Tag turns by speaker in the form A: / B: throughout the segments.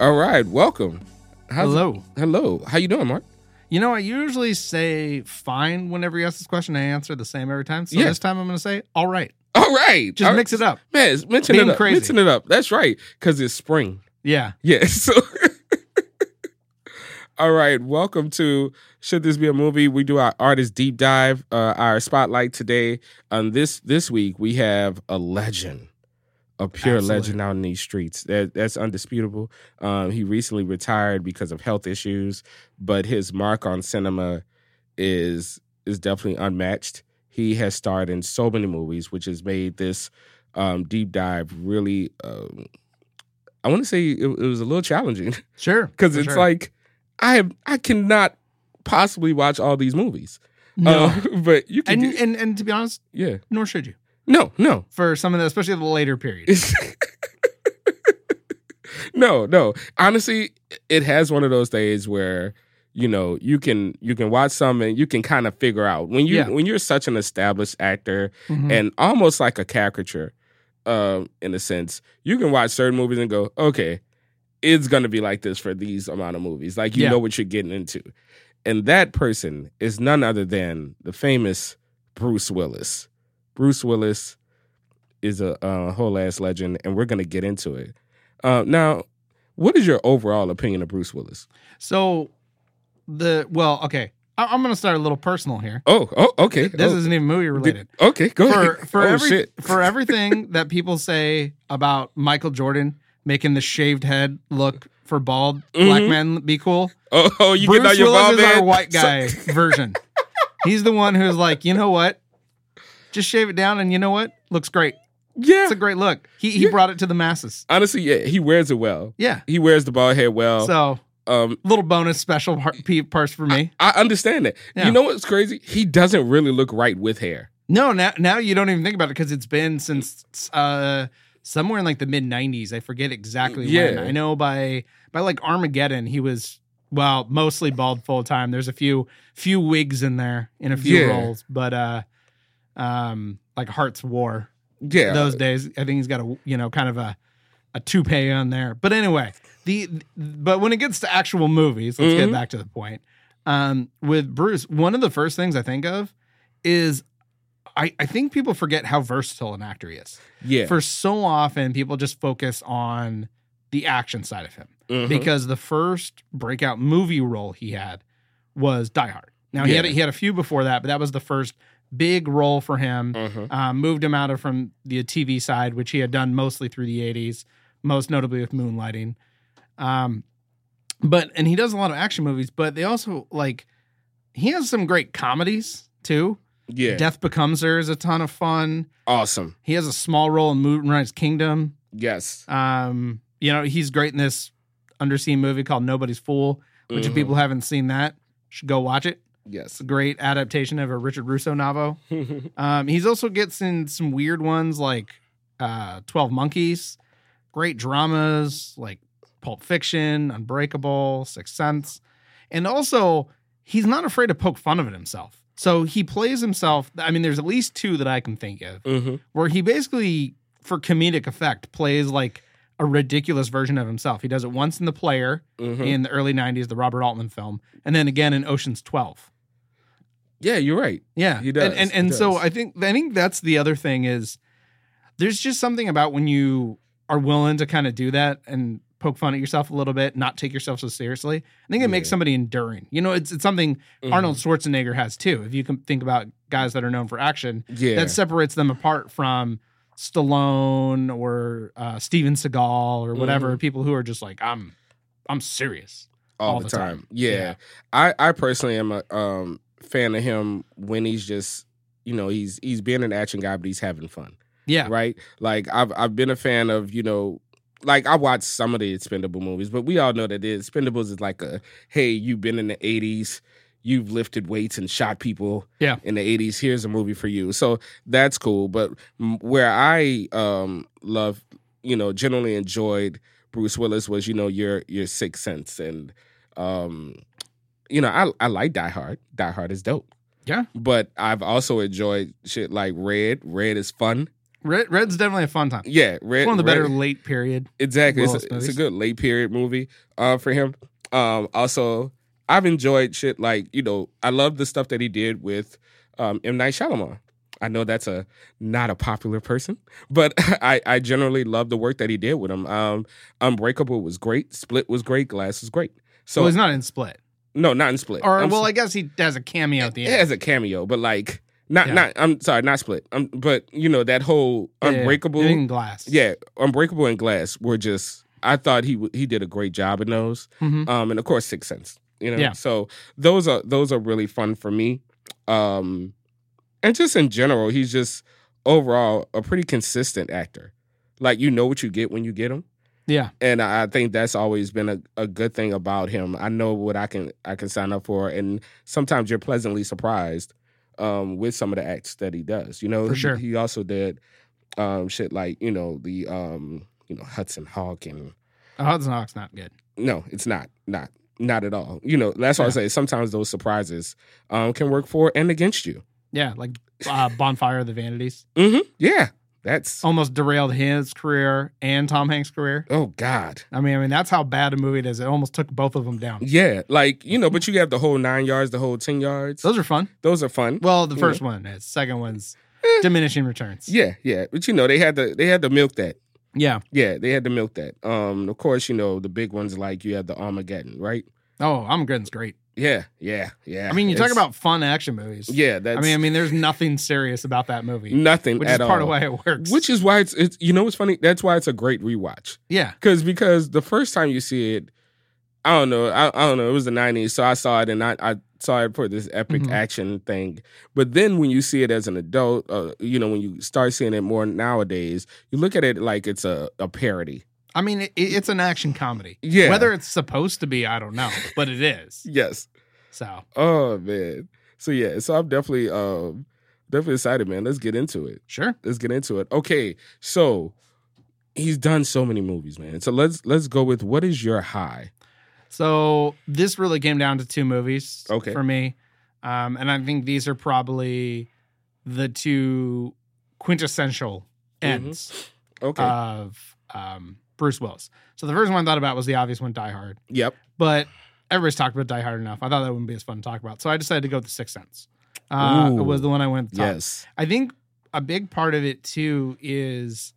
A: All right, welcome. How's-
B: Hello.
A: Hello. How you doing, Mark?
B: You know, I usually say fine whenever you ask this question. I answer the same every time. So
A: Yeah.
B: this time I'm going to say all right.
A: All right.
B: Just mix it up.
A: Man, it's- mention
B: Being
A: it up.
B: crazy.
A: Mention it up. That's right. Because it's spring.
B: Yeah.
A: Yes. All right. Welcome to Should This Be a Movie? We do our artist deep dive, uh, our spotlight today. On this this week, we have a legend, a pure
B: Absolutely.
A: legend out in these streets. That, that's undisputable. Um, he recently retired because of health issues, but his mark on cinema is is definitely unmatched. He has starred in so many movies, which has made this um, deep dive really. Um, I want to say it, it was a little challenging
B: Sure.
A: because
B: For
A: it's
B: sure.
A: like I have I cannot possibly watch all these movies.
B: no.
A: Uh, but you can,
B: and,
A: do-
B: and, and to be honest,
A: yeah.
B: nor should you
A: No, no,
B: for some of the, especially the later period.
A: no, no. Honestly, it has one of those days where you know you can you can watch some and you can kind of figure out when you
B: Yeah.
A: when you're such an established actor
B: Mhm.
A: and almost like a caricature um, in a sense. You can watch certain movies and go, okay, it's going to be like this for these amount of movies. Like you
B: Yeah.
A: know what you're getting into. And that person is none other than the famous Bruce Willis. Bruce Willis is a uh, whole ass legend, and we're going to get into it. Uh, now, what is your overall opinion of Bruce Willis?
B: so the, well, okay. I, I'm going to start a little personal here.
A: Oh, oh, okay.
B: This
A: oh,
B: isn't even movie related.
A: okay. Go
B: for
A: ahead.
B: for
A: oh,
B: every
A: shit.
B: for everything that people say about Michael Jordan making the shaved head look for bald black
A: Mhm.
B: men be cool.
A: Oh, oh, you
B: Bruce
A: get out your
B: Willis
A: ball
B: is our
A: man?
B: white
A: So-
B: guy version. He's the one who's like, you know what? Just shave it down, and you know what? Looks great.
A: yeah.
B: It's a great look. He he
A: Yeah.
B: brought it to the masses.
A: honestly, yeah, he wears it well.
B: Yeah.
A: He wears the bald head well.
B: So
A: um,
B: little bonus special par- pe- parts for me.
A: I understand that.
B: Yeah.
A: You know what's crazy? He doesn't really look right with hair.
B: No, now now you don't even think about it because it's been since uh somewhere in like the mid '90s. I forget exactly when.
A: Yeah.
B: I know by by like Armageddon, he was well mostly bald full time. There's a few few wigs in there in a few
A: Yeah.
B: roles, but uh, um, like Heart's War
A: Yeah,
B: those days. I think he's got a you know kind of a a toupee on there. But anyway, the but when it gets to actual movies, let's get
A: Mhm.
B: back to the point. Um, with Bruce, one of the first things I think of is I, I think people forget how versatile an actor he is.
A: yeah,
B: For so often, people just focus on the action side of him
A: Mhm.
B: because the first breakout movie role he had was Die Hard. Now he had
A: Yeah.
B: he had a few before that, but that was the first big role for him
A: Mhm.
B: um, moved him out of from the TV side, which he had done mostly through the 80s, most notably with Moonlighting. Um, but and he does a lot of action movies, but they also like he has some great comedies too.
A: yeah,
B: Death Becomes Her is a ton of fun.
A: awesome.
B: He has a small role in Moonrise Kingdom.
A: Yes,
B: Um, you know, he's great in this undersea movie called Nobody's Fool, which if
A: Mhm.
B: people haven't seen that, should go watch it. It's
A: Mm-hmm, Yes, Mm-hmm,
B: a great adaptation of a Richard Russo novel. Um, he's also gets in some weird ones like uh, Twelve Monkeys, great dramas like Pulp Fiction, Unbreakable, Sixth Sense, and also he's not afraid to poke fun of it himself. So he plays himself. I mean, there's at least two that I can think of
A: hmm
B: where he basically, for comedic effect, plays like a ridiculous version of himself. He does it once in The Player
A: hmm
B: in the early '90s, the Robert Altman film, and then again in Ocean's Twelve.
A: yeah, you're right.
B: Yeah,
A: He
B: And-
A: does,
B: And and,
A: he
B: so
A: does.
B: I think I think that's the other thing is there's just something about when you are willing to kind of do that and poke fun at yourself a little bit, not take yourself so seriously. I think it makes
A: Yeah.
B: somebody enduring. You know, it's it's something
A: Mhm.
B: Arnold Schwarzenegger has too. If you can think about guys that are known for action,
A: Yeah,
B: that separates them apart from Stallone or uh, Steven Seagal or
A: Mm-hmm.
B: whatever people who are just like I'm I'm serious.
A: all,
B: all
A: the
B: the
A: time.
B: time.
A: Yeah.
B: Yeah.
A: I I personally am a um, fan of him when he's just you know he's he's being an action guy, but he's having fun.
B: Yeah,
A: right? Like I've I've been a fan of you know, like I watched some of the Expendable movies, but we all know that the Expendables is like a hey, you've been in the '80s, you've lifted weights and shot people,
B: Yeah.
A: in the '80s. Here's a movie for you, so that's cool. But m- where I um love, you know, generally enjoyed Bruce Willis was you know your your Sixth Sense and um. You know, I I like Die Hard. Die Hard is dope.
B: Yeah.
A: But I've also enjoyed shit like Red. Red is fun.
B: Red, Red's definitely a fun time.
A: Yeah, Red,
B: It's one of the
A: Red-
B: better late period.
A: Exactly. It's
B: Willis
A: a, it's a
B: movies.
A: good late period movie uh, for him. Um, also, I've enjoyed shit like, you know, I love the stuff that he did with um, M. Night Shyamalan. I know that's a not a popular person, but I, I generally love the work that he did with him. Um, Unbreakable was great. Split was great. Glass was great. So,
B: well, he's not in Split.
A: no, not in Split.
B: Or
A: I'm
B: well, I guess he has a cameo at the
A: it
B: end.
A: has a cameo, but like, not,
B: Yeah.
A: not, I'm sorry, not Split. Um, but, you know, that whole
B: Yeah, yeah, yeah.
A: Unbreakable.
B: in Glass.
A: Yeah, Unbreakable and Glass were just. I thought he w- he did a great job in those.
B: Mhm.
A: Um, and of course Sixth Sense. You know,
B: Yeah.
A: so those are those are really fun for me. Um, and just in general, he's just overall a pretty consistent actor. Like you know what you get when you get him,
B: yeah,
A: and I I think that's always been a, a good thing about him. I know what I can I can sign up for, and sometimes you're pleasantly surprised um, with some of the acts that he does. You know,
B: For sure.
A: he, he also did um, shit like you know the um, you know Hudson Hawk and
B: Uh, Hudson Hawk's not good.
A: no, it's not not not at all. You know, that's why I
B: Yeah.
A: say sometimes those surprises um, can work for and against you.
B: Yeah, like uh, Bonfire of the Vanities
A: hmm Yeah, that's
B: almost derailed his career and Tom Hanks' career.
A: oh god.
B: I mean, I mean that's how bad a movie it is. It almost took both of them down.
A: Yeah, like you know, but you have the whole nine yards, the whole ten yards.
B: Those are fun.
A: Those are fun.
B: Well, the
A: Yeah.
B: first one is. Second one's
A: Eh.
B: diminishing returns.
A: Yeah, yeah. But you know, they had to they had to milk that.
B: Yeah.
A: Yeah, they had to milk that. Um, of course, you know, the big ones like you have the Armageddon, right?
B: Oh, I'm good. It's great.
A: Yeah, yeah, yeah.
B: I mean, you talk
A: It's-
B: about fun action movies.
A: Yeah, that's
B: I mean, I mean, there's nothing serious about that movie,
A: nothing
B: which is
A: at all.
B: part of why it works.
A: Which is why it's, it's you know what's funny? That's why it's a great rewatch.
B: yeah,
A: Cause because the first time you see it, I don't know, I, I don't know, it was the nineties, so I saw it and I, I saw it for this epic
B: Mhm.
A: action thing. But then when you see it as an adult, uh, you know, when you start seeing it more nowadays, you look at it like it's a, a parody.
B: I mean, it, it's an action comedy.
A: Yeah.
B: Whether it's supposed to be, I don't know, but it is.
A: Yes.
B: So
A: Oh man. So yeah, so I'm definitely um definitely excited, man. Let's get into it.
B: sure,
A: Let's get into it. Okay, so he's done so many movies, man. So let's let's go with what is your high?
B: So this really came down to two movies
A: Okay.
B: for me. Um, and I think these are probably the two quintessential ends
A: Mm-hmm. Okay.
B: Uh, of um, Bruce Willis. So the first one I thought about was the obvious one, Die Hard.
A: yep.
B: But everybody's talked about Die Hard enough. I thought that wouldn't be as fun to talk about. So I decided to go with The Sixth Sense. Uh,
A: Ooh.
B: it was the one I went to top.
A: Yes.
B: I think a big part of it too is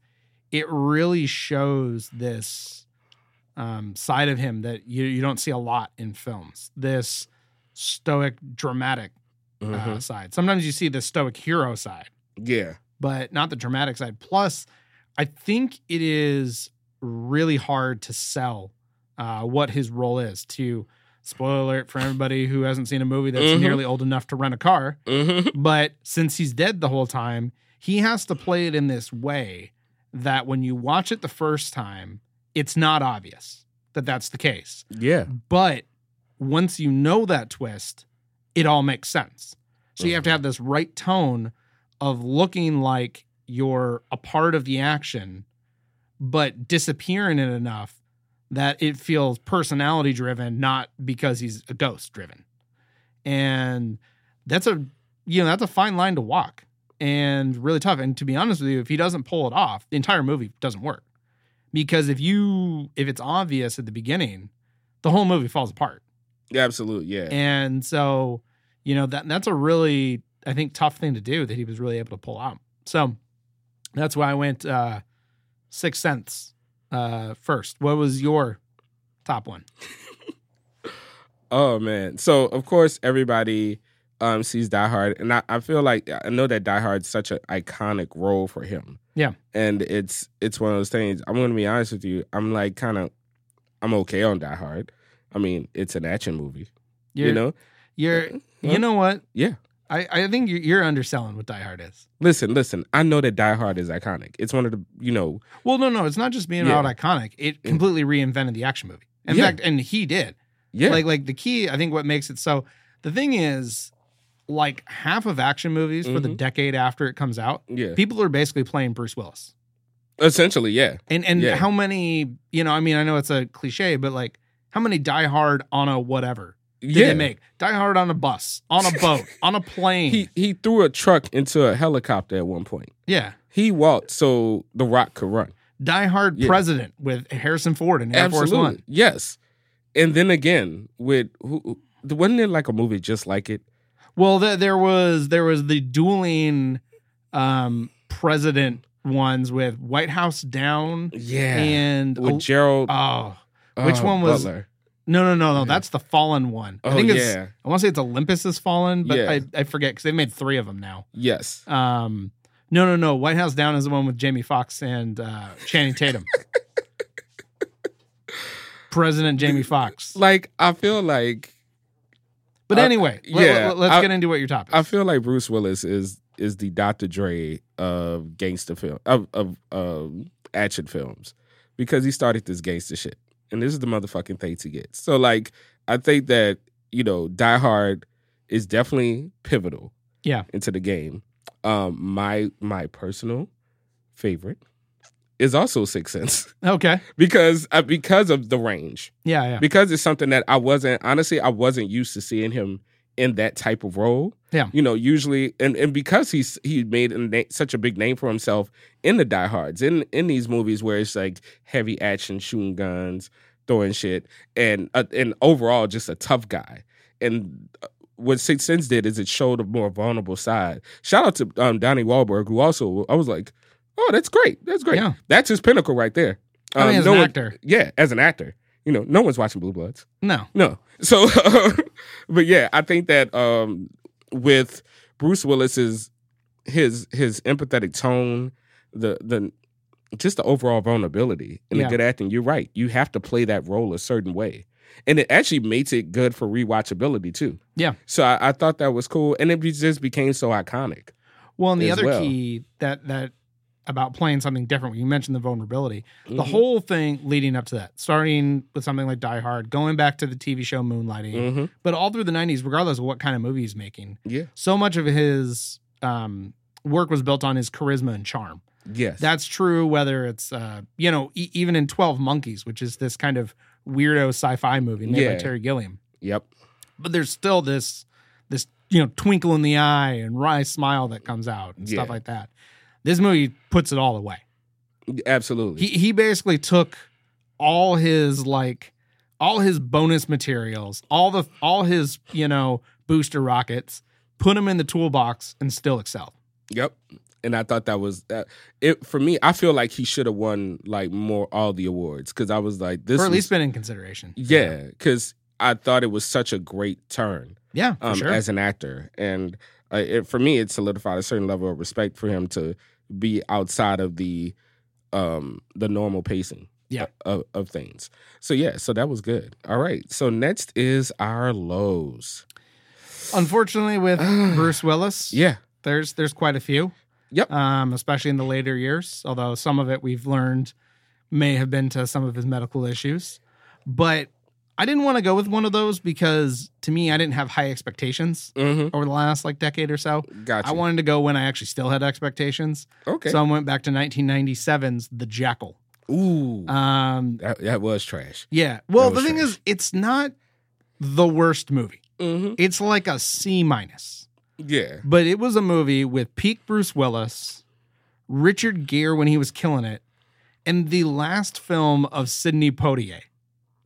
B: it really shows this um, side of him that you you don't see a lot in films. This stoic, dramatic uh,
A: Mhm.
B: side. Sometimes you see the stoic hero side,
A: Yeah.
B: but not the dramatic side. Plus, I think it is really hard to sell uh, what his role is. To spoiler alert for everybody who hasn't seen a movie that's
A: Mhm.
B: nearly old enough to rent a car
A: hmm
B: but since he's dead the whole time, he has to play it in this way that when you watch it the first time, it's not obvious that that's the case.
A: Yeah.
B: But once you know that twist, it all makes sense. So you have to have this right tone of looking like you're a part of the action, but disappearing it enough that it feels personality driven, not because he's a ghost driven. And that's a you know, that's a fine line to walk and really tough. And to be honest with you, if he doesn't pull it off, the entire movie doesn't work. Because if you if it's obvious at the beginning, the whole movie falls apart.
A: Absolutely. Yeah.
B: And so, you know, that that's a really I think tough thing to do that he was really able to pull out. So that's why I went uh six cents uh first. What was your top one?
A: Oh man. So of course everybody um sees Die Hard and I, I feel like I know that Die Hard's such an iconic role for him.
B: Yeah.
A: And it's it's one of those things. I'm gonna be honest with you. I'm like kinda I'm okay on Die Hard. I mean, it's an action movie.
B: You're,
A: you know? uh,
B: you're
A: Huh?
B: you know what?
A: Yeah.
B: I, I think you're, you're underselling what Die Hard is.
A: Listen, listen, I know that Die Hard is iconic. It's one of the you know
B: Well, no, no, it's not just being
A: Yeah.
B: about iconic. It completely reinvented the action movie. In
A: Yeah.
B: fact, and he did.
A: yeah.
B: Like, like the key, I think, what makes it so. The thing is, like half of action movies for the
A: Mhm.
B: decade after it comes out,
A: yeah.
B: people are basically playing Bruce Willis.
A: Essentially, yeah.
B: And and
A: Yeah.
B: how many? You know, I mean, I know it's a cliche, but like how many Die Hard on a whatever did they make? Die Hard on a bus, on a boat, on a plane.
A: He he threw a truck into a helicopter at one point.
B: yeah.
A: He walked so The Rock could run.
B: Die Hard
A: Yeah.
B: President with Harrison Ford and Air
A: Absolutely.
B: Force One.
A: Yes. And then again with who who- wasn't there like a movie just like it?
B: Well, there, there was there was the dueling um president ones with White House Down
A: Yeah.
B: and
A: with Gerald
B: oh which
A: one
B: one was-
A: Butler.
B: no no no no
A: Yeah.
B: that's the Fallen one.
A: Oh
B: I think it's
A: yeah.
B: I want to say it's Olympus has fallen, but
A: Yeah.
B: I, I forget because they've made three of them now.
A: Yes.
B: Um, no, no, no. White House Down is the one with Jamie Foxx and uh, Channing Tatum. President Jamie Foxx.
A: Like I feel like
B: But
A: I-
B: anyway,
A: Uh, yeah,
B: let, us
A: I-
B: get into what your topic.
A: I
B: Is.
A: feel like Bruce Willis is is the Dr. Dre of gangster film of of um, action films because he started this gangster shit and this is the motherfucking thing he gets. So like I think that you know Die Hard is definitely pivotal
B: Yeah.
A: into the game. Um, my my personal favorite is also Sixth Sense
B: okay.
A: because uh, because of the range
B: Yeah, yeah.
A: because it's something that I wasn't honestly I wasn't used to seeing him in that type of role.
B: Yeah.
A: you know, usually and and because he's he made a na- such a big name for himself in the Die Hard's in in these movies where it's like heavy action, shooting guns, throwing shit, and uh, and overall just a tough guy. And uh, what Sixth Sense did is it showed a more vulnerable side. Shout out to um, Donnie Wahlberg, who also I was like, oh, that's great, that's great,
B: Yeah.
A: that's his pinnacle right there.
B: I mean,
A: Um,
B: as
A: no
B: an
A: one-
B: actor,
A: yeah, as an actor. You know, no one's watching Blue Bloods.
B: no.
A: No. So, um, but yeah, I think that um, with Bruce Willis's his his empathetic tone, the the just the overall vulnerability and
B: Yeah.
A: the good acting. You're right. You have to play that role a certain way, and it actually makes it good for rewatchability too.
B: Yeah.
A: So I, I thought that was cool, and it be- just became so iconic.
B: Well, and the
A: As
B: other
A: well.
B: key that that about playing something different. You mentioned the vulnerability.
A: Mm-hmm.
B: The whole thing leading up to that, starting with something like Die Hard, going back to the TV show Moonlighting,
A: hmm
B: but all through the 90s regardless of what kind of movie he's making
A: Yeah.
B: so much of his um, work was built on his charisma and charm
A: Yes.
B: that's true whether it's uh, you know e- even in 12 monkeys which is this kind of weirdo sci-fi movie made by
A: Yeah.
B: terry gilliam
A: yep.
B: but there's still this this you know twinkle in the eye and wry smile that comes out and stuff
A: Yeah.
B: like that this movie puts it all away
A: Absolutely.
B: he he basically took all his like all his bonus materials, all the all his you know booster rockets, put them in the toolbox, and still excel.
A: Yep. And I thought that was uh, it for me. I feel like he should have won like more all the awards because I was like this.
B: or at
A: was-
B: least been in consideration.
A: yeah, because I thought it was such a great turn
B: yeah, for
A: um,
B: sure.
A: as an actor, and uh, it, for me, it solidified a certain level of respect for him to be outside of the um the normal pacing
B: Yeah.
A: of, of things. So yeah, so that was good. All right, so next is our lows.
B: Unfortunately, with Bruce Willis,
A: Yeah,
B: there's there's quite a few.
A: Yep.
B: Um, especially in the later years, although some of it we've learned may have been to some of his medical issues. But I didn't want to go with one of those because to me, I didn't have high expectations.
A: mm-hmm.
B: over the last like decade or so.
A: gotcha.
B: I wanted to go when I actually still had expectations.
A: okay.
B: So I went back to 1997's The Jackal.
A: Ooh,
B: Um,
A: that, that was trash.
B: yeah. Well,
A: That
B: the
A: was
B: thing
A: trash.
B: is, it's not the worst movie.
A: Mm-hmm.
B: It's like a C minus,
A: Yeah.
B: but it was a movie with peak Bruce Willis, Richard Gere when he was killing it, and the last film of Sidney Poitier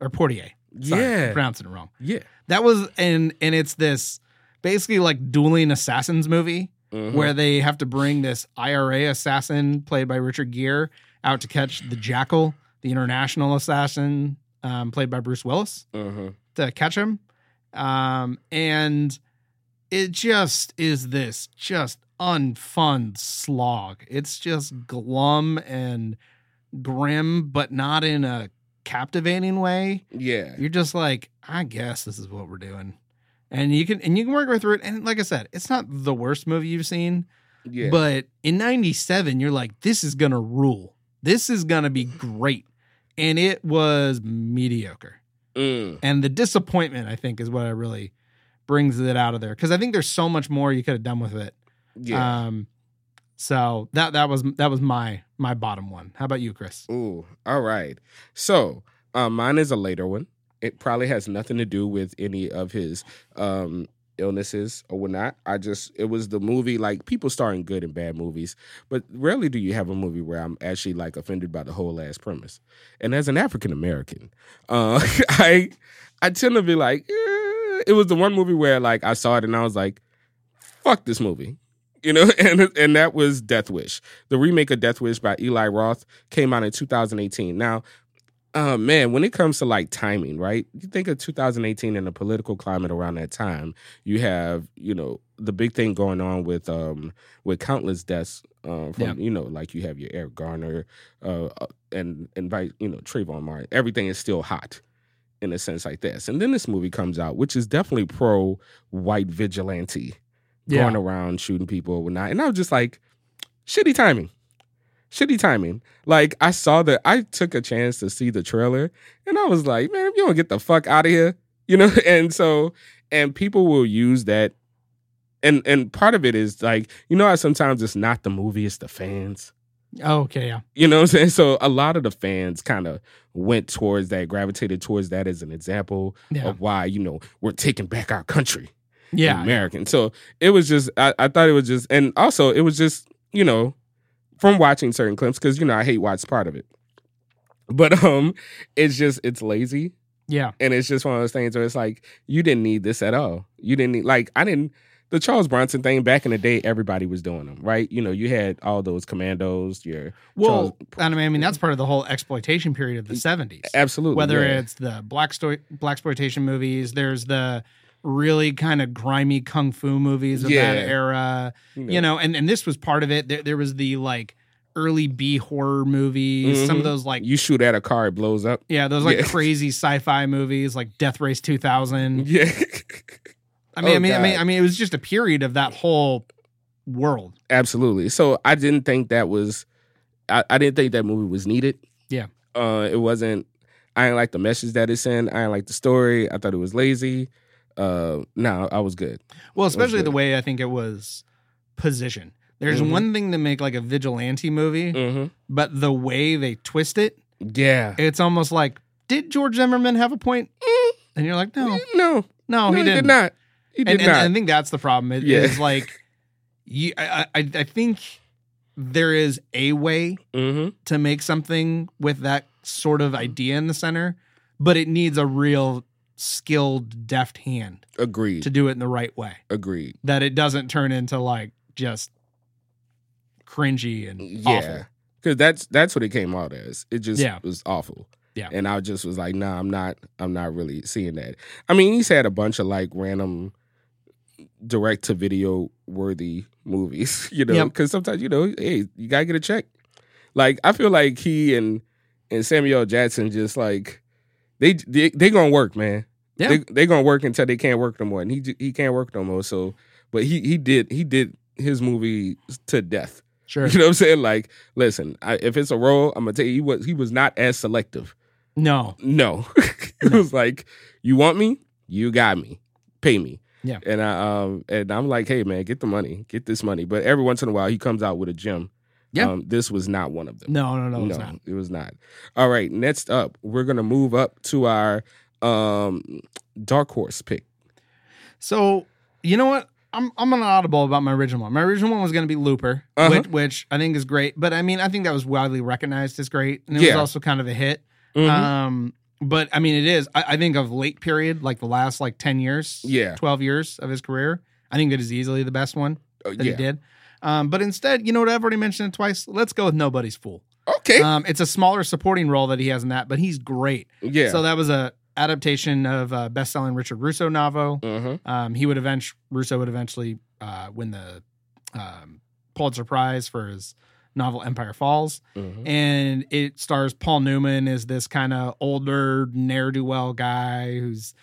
B: or Portier. Sorry, I'm
A: Yeah.
B: pronouncing it wrong.
A: Yeah.
B: That was and and it's this basically like dueling assassins movie. where they have to bring this IRA assassin played by Richard Gere out to catch the Jackal, the international assassin um, played by Bruce Willis
A: Mhm.
B: to catch him. Um, and it just is this just unfun slog. It's just glum and grim, but not in a captivating way
A: yeah.
B: you're just like, I guess this is what we're doing. And you can and you can work your way through it. And like I said, it's not the worst movie you've seen,
A: Yeah.
B: but in '97, you're like, this is gonna rule. This is gonna be great. And it was mediocre.
A: Mm.
B: And the disappointment, I think, is what I really brings it out of there. Cause I think there's so much more you could have done with it.
A: Yeah.
B: Um so that that was that was my my bottom one. How about you, Chris?
A: Ooh. All right. So uh, um, mine is a later one. It probably has nothing to do with any of his um, illnesses or whatnot. I just it was the movie like people star in good and bad movies, but rarely do you have a movie where I'm actually like offended by the whole ass premise. And as an African American, uh, I I tend to be like, eh. it was the one movie where like I saw it and I was like, fuck this movie. You know, and and that was Death Wish. The remake of Death Wish by Eli Roth came out in 2018. Now, uh, man, when it comes to like timing, right? You think of 2018 and the political climate around that time. You have, you know, the big thing going on with um with countless deaths uh, from,
B: Yeah.
A: you know, like you have your Eric Garner uh, uh, and and by, you know Trayvon Martin. Everything is still hot in a sense like this. And then this movie comes out, which is definitely pro white vigilante
B: Yeah.
A: going around shooting people and whatnot. And I was just like, shitty timing. Shitty timing. Like I saw the I took a chance to see the trailer and I was like, man, if you don't get the fuck out of here, you know? And so and people will use that and and part of it is like, you know how sometimes it's not the movie, it's the fans.
B: Oh, okay, yeah.
A: You know what I'm saying? So a lot of the fans kind of went towards that, gravitated towards that as an example
B: Yeah.
A: of why, you know, we're taking back our country
B: yeah.
A: American. So it was just, I, I thought it was just, and also it was just, you know, from watching certain clips because you know I hate watch part of it, but um, it's just it's lazy
B: Yeah.
A: and it's just one of those things where it's like you didn't need this at all. You didn't need like I didn't the Charles Bronson thing back in the day. Everybody was doing them, right? You know, you had all those commandos. Your
B: Well,
A: Charles-
B: I mean, I mean, that's part of the whole exploitation period of the 70s.
A: absolutely
B: Whether
A: yeah.
B: it's the black story, black exploitation movies, there's the really kind of grimy kung fu movies of
A: Yeah.
B: that era.
A: you
B: you know and and this was part of it there, there was the like early b horror movies some
A: Mhm.
B: of those like
A: you shoot at a car, it blows up.
B: yeah those like
A: Yeah.
B: crazy sci-fi movies like death race 2000
A: Yeah,
B: i mean
A: Oh,
B: i mean i mean
A: God.
B: i mean it was just a period of that whole world
A: absolutely. So I didn't think that was, I, I didn't think that movie was needed.
B: Yeah.
A: uh, it wasn't. I didn't like the message that it's in. I didn't like the story. I thought it was lazy. Uh, no, I was good.
B: well especially
A: good.
B: the way i think it was positioned there's
A: Mhm.
B: one thing to make like a vigilante movie
A: Mm-hmm.
B: but the way they twist it
A: Yeah.
B: it's almost like did george zimmerman have a point
A: Mm,
B: and you're like no
A: no,
B: no,
A: no,
B: he didn't
A: not. He did
B: and, and-
A: not.
B: and I think that's the problem. It-
A: Yeah.
B: It's like you, I, I, I think there is a way
A: mm-hmm.
B: to make something with that sort of idea in the center, but it needs a real skilled, deft hand
A: Agreed.
B: to do it in the right way.
A: Agreed.
B: That it doesn't turn into like just cringy and
A: Yeah. Because that's that's what it came out as. It just
B: Yeah.
A: was awful.
B: Yeah.
A: And I just was like, nah, I'm not I'm not really seeing that. I mean, he's had a bunch of like random direct to video worthy movies, you know,
B: Yep.
A: because sometimes, you know, hey, you gotta get a check. Like I feel like he and and Samuel Jackson just like they they, they gonna work, man.
B: Yeah.
A: They they gonna work until they can't work no more, and he j- he can't work no more. So, but he he did he did his movie to death.
B: Sure.
A: You know what I'm saying? Like, listen, I, if it's a role, I'm gonna tell you he was he was not as selective.
B: No.
A: No, it was like, you want me, you got me, pay me.
B: Yeah.
A: and I um and I'm like, hey man, get the money, get this money. But every once in a while, he comes out with a gem.
B: Yeah.
A: um, this was not one of them.
B: No, no, no, it's not.
A: it was not. All right, next up, we're gonna move up to our um dark horse pick.
B: So you know what? I'm I'm an audible about my original one. My original one was going to be Looper,
A: Uh-huh.
B: which, which I think is great. But I mean, I think that was widely recognized as great, and it
A: Yeah.
B: was also kind of a hit.
A: Mhm.
B: Um, but I mean, it is. I, I think of late period, like the last like ten years,
A: yeah,
B: twelve years of his career. I think that is easily the best one
A: Oh,
B: that he
A: yeah.
B: did. Um, but instead, you know what? I've already mentioned it twice. Let's go with Nobody's Fool.
A: Okay,
B: Um, it's a smaller supporting role that he has in that, but he's great.
A: yeah.
B: So that was a adaptation of a best-selling Richard Russo novel.
A: hmm
B: Um, he would eventually Russo would eventually uh, win the um, Pulitzer Prize for his novel Empire Falls,
A: hmm
B: Mm-hmm. and it stars Paul Newman as this kind of older ne'er do well guy who's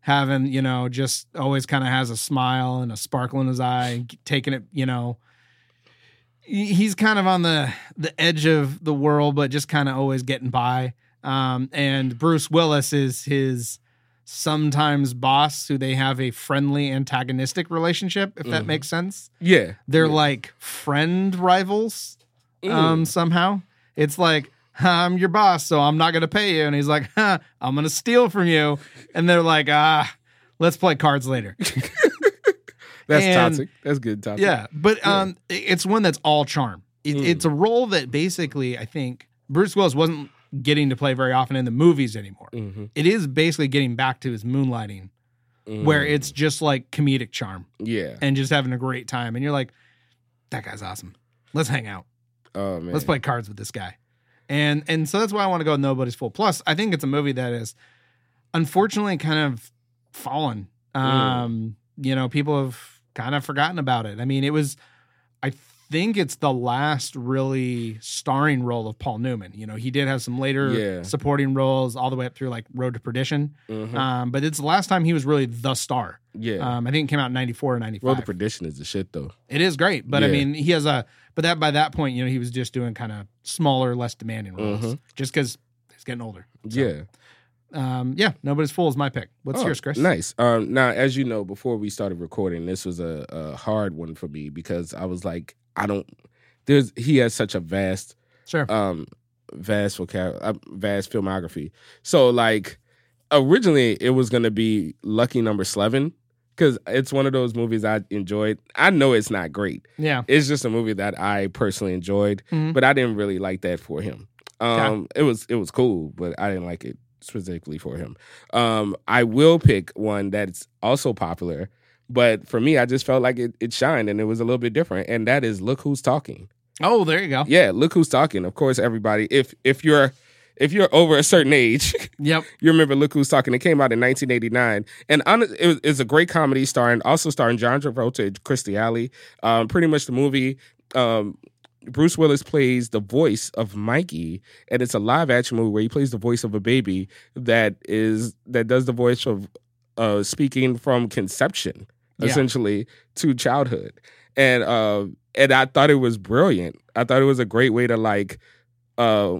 B: having you know just always kind of has a smile and a sparkle in his eye and taking it you know he- he's kind of on the the edge of the world but just kind of always getting by um and bruce willis is his sometimes boss who they have a friendly antagonistic relationship if that
A: Mhm.
B: makes sense
A: Yeah,
B: they're
A: Yeah.
B: like friend rivals
A: Mm.
B: um somehow it's like I'm your boss, so I'm not going to pay you. And he's like, huh, I'm going to steal from you. And they're like, ah, let's play cards later.
A: That's
B: And-
A: toxic. That's good toxic.
B: um, yeah. But
A: Yeah.
B: um, i- it's one that's all charm. It,
A: Mm.
B: It's a role that basically, I think, Bruce Willis wasn't getting to play very often in the movies anymore.
A: Mm-hmm.
B: It is basically getting back to his moonlighting, where
A: Mm.
B: it's just like comedic charm
A: yeah.
B: and just having a great time. And you're like, that guy's awesome. Let's hang out.
A: Oh man.
B: Let's play cards with this guy. And and so that's why I want to go with Nobody's Fool. Plus, I think it's a movie that is unfortunately kind of fallen. Um, you know, people have kind of forgotten about it. I mean, it was I think it's the last really starring role of Paul Newman. You know, he did have some later
A: Yeah.
B: supporting roles all the way up through like Road to Perdition.
A: Mhm.
B: Um, but it's the last time he was really the star.
A: yeah.
B: Um, I think it came out in 94 or 95.
A: Road to Perdition is the shit though.
B: It is great, but I
A: Yeah.
B: mean, he has a. But that by that point, you know, he was just doing kind of smaller, less demanding roles,
A: Mhm.
B: just because he's getting older. So,
A: Yeah.
B: um, yeah. Nobody's fool is my pick. What's
A: Oh,
B: yours, Chris?
A: Nice. Um, now, as you know, before we started recording, this was a, a hard one for me because I was like, I don't. There's he has such a vast
B: Sure.
A: um vast vocab uh, vast filmography. So like originally it was gonna be Lucky Number Eleven because it's one of those movies I enjoyed. I know it's not great.
B: yeah.
A: It's just a movie that I personally enjoyed,
B: Mhm.
A: but I didn't really like that for him. Um, it was it was cool, but I didn't like it specifically for him. Um, I will pick one that's also popular, but for me, I just felt like it, it shined and it was a little bit different, and that is Look Who's Talking.
B: Oh, there you go.
A: Yeah, look who's talking. Of course, everybody. If if you're if you're over a certain age,
B: Yep.
A: you remember Look Who's Talking. It came out in 1989, and on, it was, it's a great comedy starring also starring John Travolta and Christy Alley. Um, pretty much the movie. Um, Bruce Willis plays the voice of Mikey, and it's a live action movie where he plays the voice of a baby that is that does the voice of uh, speaking from conception
B: Yeah.
A: essentially to childhood, and uh, and I thought it was brilliant. I thought it was a great way to like. Uh,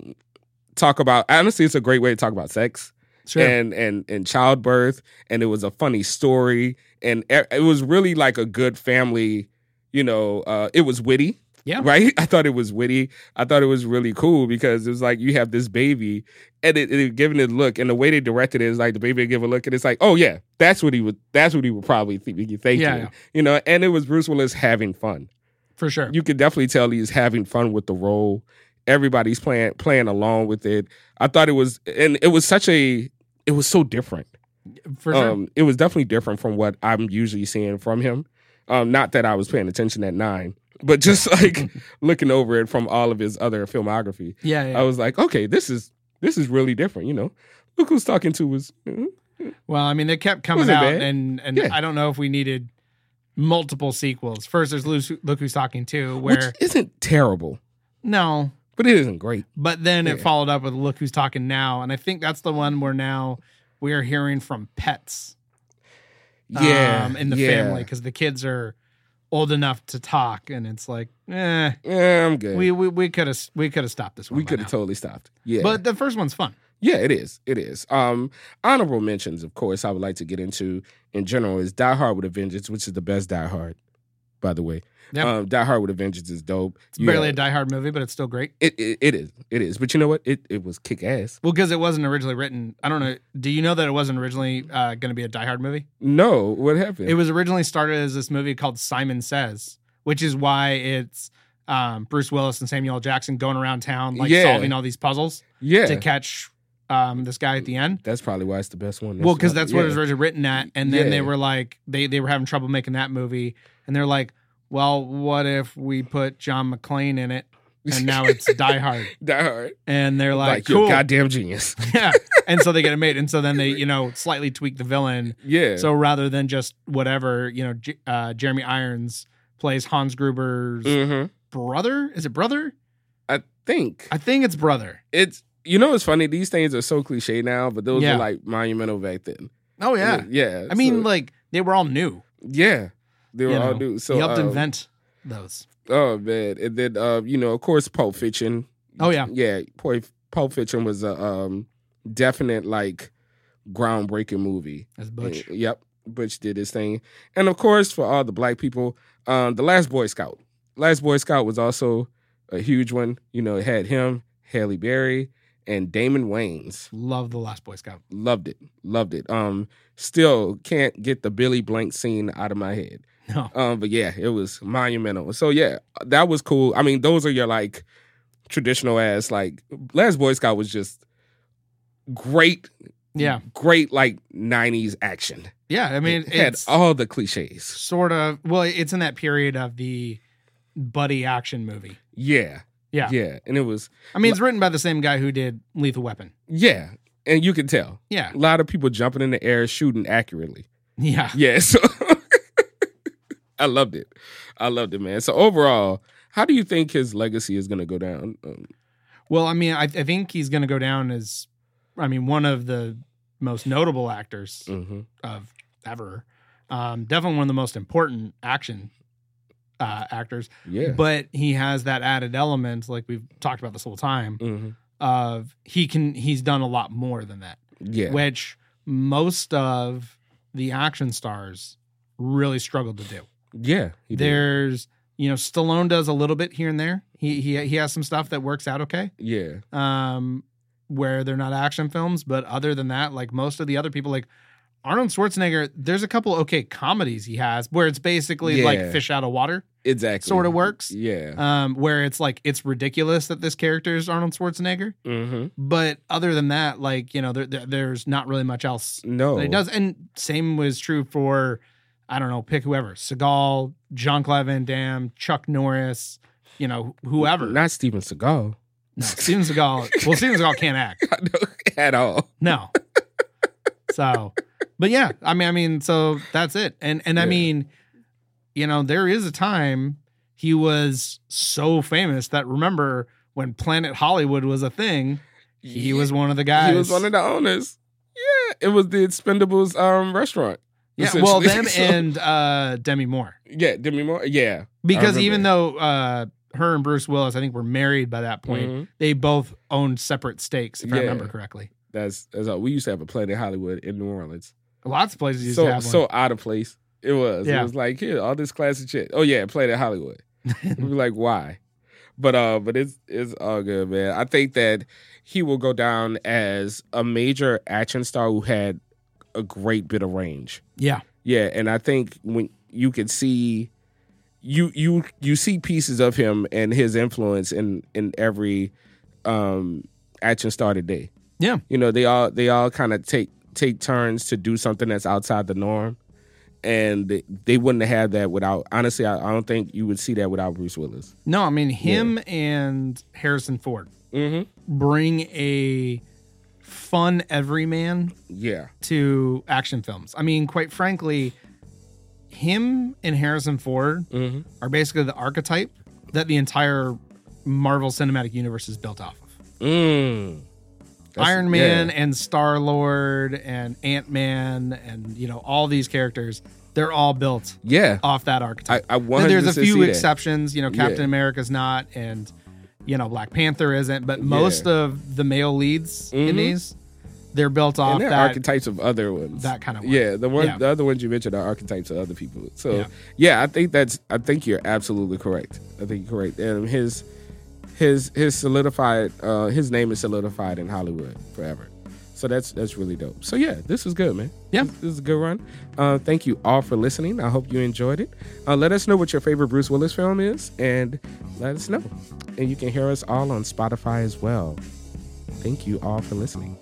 A: talk about honestly it's a great way to talk about sex
B: Sure.
A: and and and childbirth and it was a funny story and e- it was really like a good family you know uh it was witty
B: Yeah.
A: right i thought it was witty i thought it was really cool because it was like you have this baby and it, it giving it a look and the way they directed it is like the baby would give a look and it's like oh yeah that's what he would that's what he would probably think thinking
B: Yeah, yeah.
A: you know and it was bruce willis having fun
B: for sure.
A: you can definitely tell he's having fun with the role. Everybody's playing playing along with it. I thought it was, and it was such a, it was so different.
B: for sure.
A: Um, it was definitely different from what I'm usually seeing from him. Um, not that I was paying attention at nine, but just like looking over it from all of his other filmography,
B: yeah. yeah.
A: I was like, okay, this is this is really different. You know, look who's talking to was
B: well, I mean, they kept coming
A: Wasn't
B: out,
A: bad.
B: and and
A: Yeah.
B: I don't know if we needed multiple sequels. First, there's Lu- Look Who's Talking Two, where
A: which isn't terrible,
B: no,
A: but it isn't great.
B: But then it
A: Yeah.
B: followed up with Look Who's Talking Now. And I think that's the one where now we are hearing from pets
A: Yeah,
B: Um, in the
A: yeah.
B: family because the kids are old enough to talk. And it's like, eh,
A: Yeah, I'm good.
B: we
A: We
B: we we could have we could have stopped this one.
A: we
B: by
A: could have
B: now.
A: totally stopped. Yeah,
B: But the first one's fun.
A: Yeah, it is. It is. Um, honorable mentions, of course, I would like to get into in general is Die Hard with a Vengeance, which is the best Die Hard, by the way.
B: Yep.
A: Um, Die Hard with a Vengeance is dope.
B: It's barely a Die Hard movie, but it's still great.
A: it, it it is. It is. But you know what? It it was kick ass.
B: Well, because it wasn't originally written. I don't know. Do you know that it wasn't originally uh, going to be a Die Hard movie?
A: No, what happened?
B: It was originally started as this movie called Simon Says, which is why it's um, Bruce Willis and Samuel L. Jackson going around town like
A: Yeah.
B: solving all these puzzles
A: yeah.
B: to catch um, this guy at the end.
A: that's probably why it's the best one.
B: well, because
A: why-
B: that's what it
A: yeah.
B: was originally written at, and then they
A: Yeah.
B: were like they they were having trouble making that movie, and they're like, well, what if we put John McClane in it, and now it's Die Hard,
A: Die Hard.
B: and they're
A: Like,
B: like,
A: you're
B: cool.
A: a goddamn genius.
B: yeah, and so they get it made, and so then they, you know, slightly tweak the villain,
A: yeah.
B: so rather than just whatever, you know, J- uh, Jeremy Irons plays Hans Gruber's
A: Mhm.
B: brother. Is it brother?
A: I think
B: I think it's brother.
A: it's you know it's funny, these things are so cliche now, but those
B: Yeah.
A: were like monumental back then.
B: Oh
A: Yeah.
B: I mean,
A: so-
B: like they were all new.
A: Yeah, they were
B: you
A: all
B: know.
A: dudes. So
B: he helped
A: um,
B: invent those.
A: Oh man, and then uh, you know, of course, Pulp Fiction.
B: Oh yeah,
A: Yeah, Pulp Pulp Fiction was a um, definite like groundbreaking movie.
B: as Butch.
A: Uh, Yep, Butch did his thing, and of course, for all the black people, um, the Last Boy Scout. Last Boy Scout was also a huge one. You know, it had him, Haley Berry, and Damon Wayans.
B: Love the Last Boy Scout.
A: Loved it. Loved it. Um, still can't get the Billy Blank scene out of my head.
B: No.
A: Um, but yeah, it was monumental. So yeah, that was cool. I mean, those are your like traditional ass like Last Boy Scout was just great,
B: Yeah.
A: great like '90s action.
B: Yeah. I mean,
A: it had
B: it's
A: all the cliches.
B: sort of, well, it's in that period of the buddy action movie.
A: Yeah,
B: Yeah.
A: yeah, and it was
B: I mean, it's written by the same guy who did Lethal Weapon.
A: yeah, and you can tell
B: Yeah.
A: a lot of people jumping in the air shooting accurately.
B: Yeah.
A: Yeah, so I loved it. I loved it, man. So overall, how do you think his legacy is going to go down? Um,
B: Well, I mean, I, I think he's going to go down as, I mean, one of the most notable actors
A: mhm.
B: of ever. Um, definitely one of the most important action uh, actors.
A: Yeah,
B: But he has that added element, like we've talked about this whole time,
A: Mhm.
B: of he can he's done a lot more than that,
A: yeah,
B: which most of the action stars really struggled to do.
A: yeah. he did.
B: There's you know Stallone does a little bit here and there. He he he has some stuff that works out okay
A: yeah,
B: um, where they're not action films. But other than that, like most of the other people, like Arnold Schwarzenegger, there's a couple okay comedies he has where it's basically
A: Yeah.
B: like fish out of water,
A: exactly.
B: Sorta works.
A: Yeah.
B: um, where it's like it's ridiculous that this character is Arnold Schwarzenegger.
A: hmm
B: But other than that, like you know, there, there- there's not really much else
A: No,
B: that he does. And same was true for. I don't know, pick whoever. Seagal, Jean Claude Van Damme, Chuck Norris, you know, whoever.
A: Not Steven Seagal
B: no, Steven Seagal. Well, Steven Seagal can't act.
A: I know, at all.
B: No. so, but yeah, I mean, I mean, so that's it. And and I
A: Yeah.
B: mean, you know, there is a time he was so famous that remember when Planet Hollywood was a thing, he was one of the guys.
A: He was one of the owners. Yeah, it was the Expendables um restaurant.
B: yeah, well,
A: essentially.
B: them
A: So-
B: and uh, Demi Moore,
A: yeah, Demi Moore. Yeah,
B: because
A: remember.
B: even though uh, her and Bruce Willis, I think, were married by that point,
A: Mhm.
B: they both owned separate stakes, if I
A: Yeah.
B: remember correctly.
A: That's that's all. We used to have a Planet Hollywood in New Orleans.
B: Lots of places used
A: so
B: to have one.
A: so out of place. It was.
B: Yeah.
A: It was like here, all this classic shit. Oh yeah, played at Hollywood. we were like, why? But uh, but it's it's all good, man. I think that he will go down as a major action star who had a great bit of range.
B: yeah,
A: Yeah, and I think when you can see you you you see pieces of him and his influence in in every um action star today.
B: Yeah.
A: You know, they all they all kind of take take turns to do something that's outside the norm. And they- they wouldn't have that without honestly, I, I don't think you would see that without Bruce Willis.
B: no, I mean him and Harrison Ford.
A: Mm-hmm.
B: bring a fun everyman
A: Yeah.
B: to action films. I mean, quite frankly, him and Harrison Ford
A: Mm-hmm.
B: are basically the archetype that the entire Marvel Cinematic Universe is built off of.
A: Mm. That's-
B: Iron Man
A: yeah.
B: and Star Lord and Ant Man and you know all these characters, they're all built
A: Yeah.
B: off that
A: I,
B: archetype.
A: I
B: Now,
A: wanted
B: there's a few
A: see that.
B: exceptions, you know, Captain America's not and you know, Black Panther isn't, but most of the male leads
A: Mhm.
B: in these, they're built off
A: and they're
B: that
A: archetypes of other ones.
B: that kind of one.
A: Yeah, the one
B: Yeah.
A: the other ones you mentioned are archetypes of other people. So
B: Yeah.
A: yeah. I think that's I think you're absolutely correct. I think you're correct. And his his his solidified uh his name is solidified in Hollywood forever. So that's that's really dope. So yeah, this was good, man.
B: Yeah.
A: This, this is a good run. Uh thank you all for listening. I hope you enjoyed it. Uh let us know what your favorite Bruce Willis film is and let us know. And you can hear us all on Spotify as well. Thank you all for listening.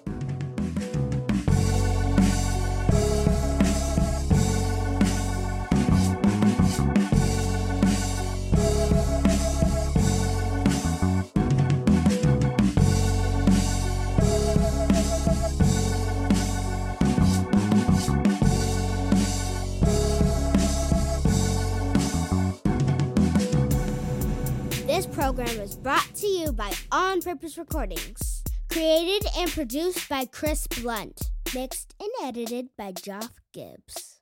C: This program is brought to you by On Purpose Recordings, created and produced by Chris Blunt, mixed and edited by Joff Gibbs.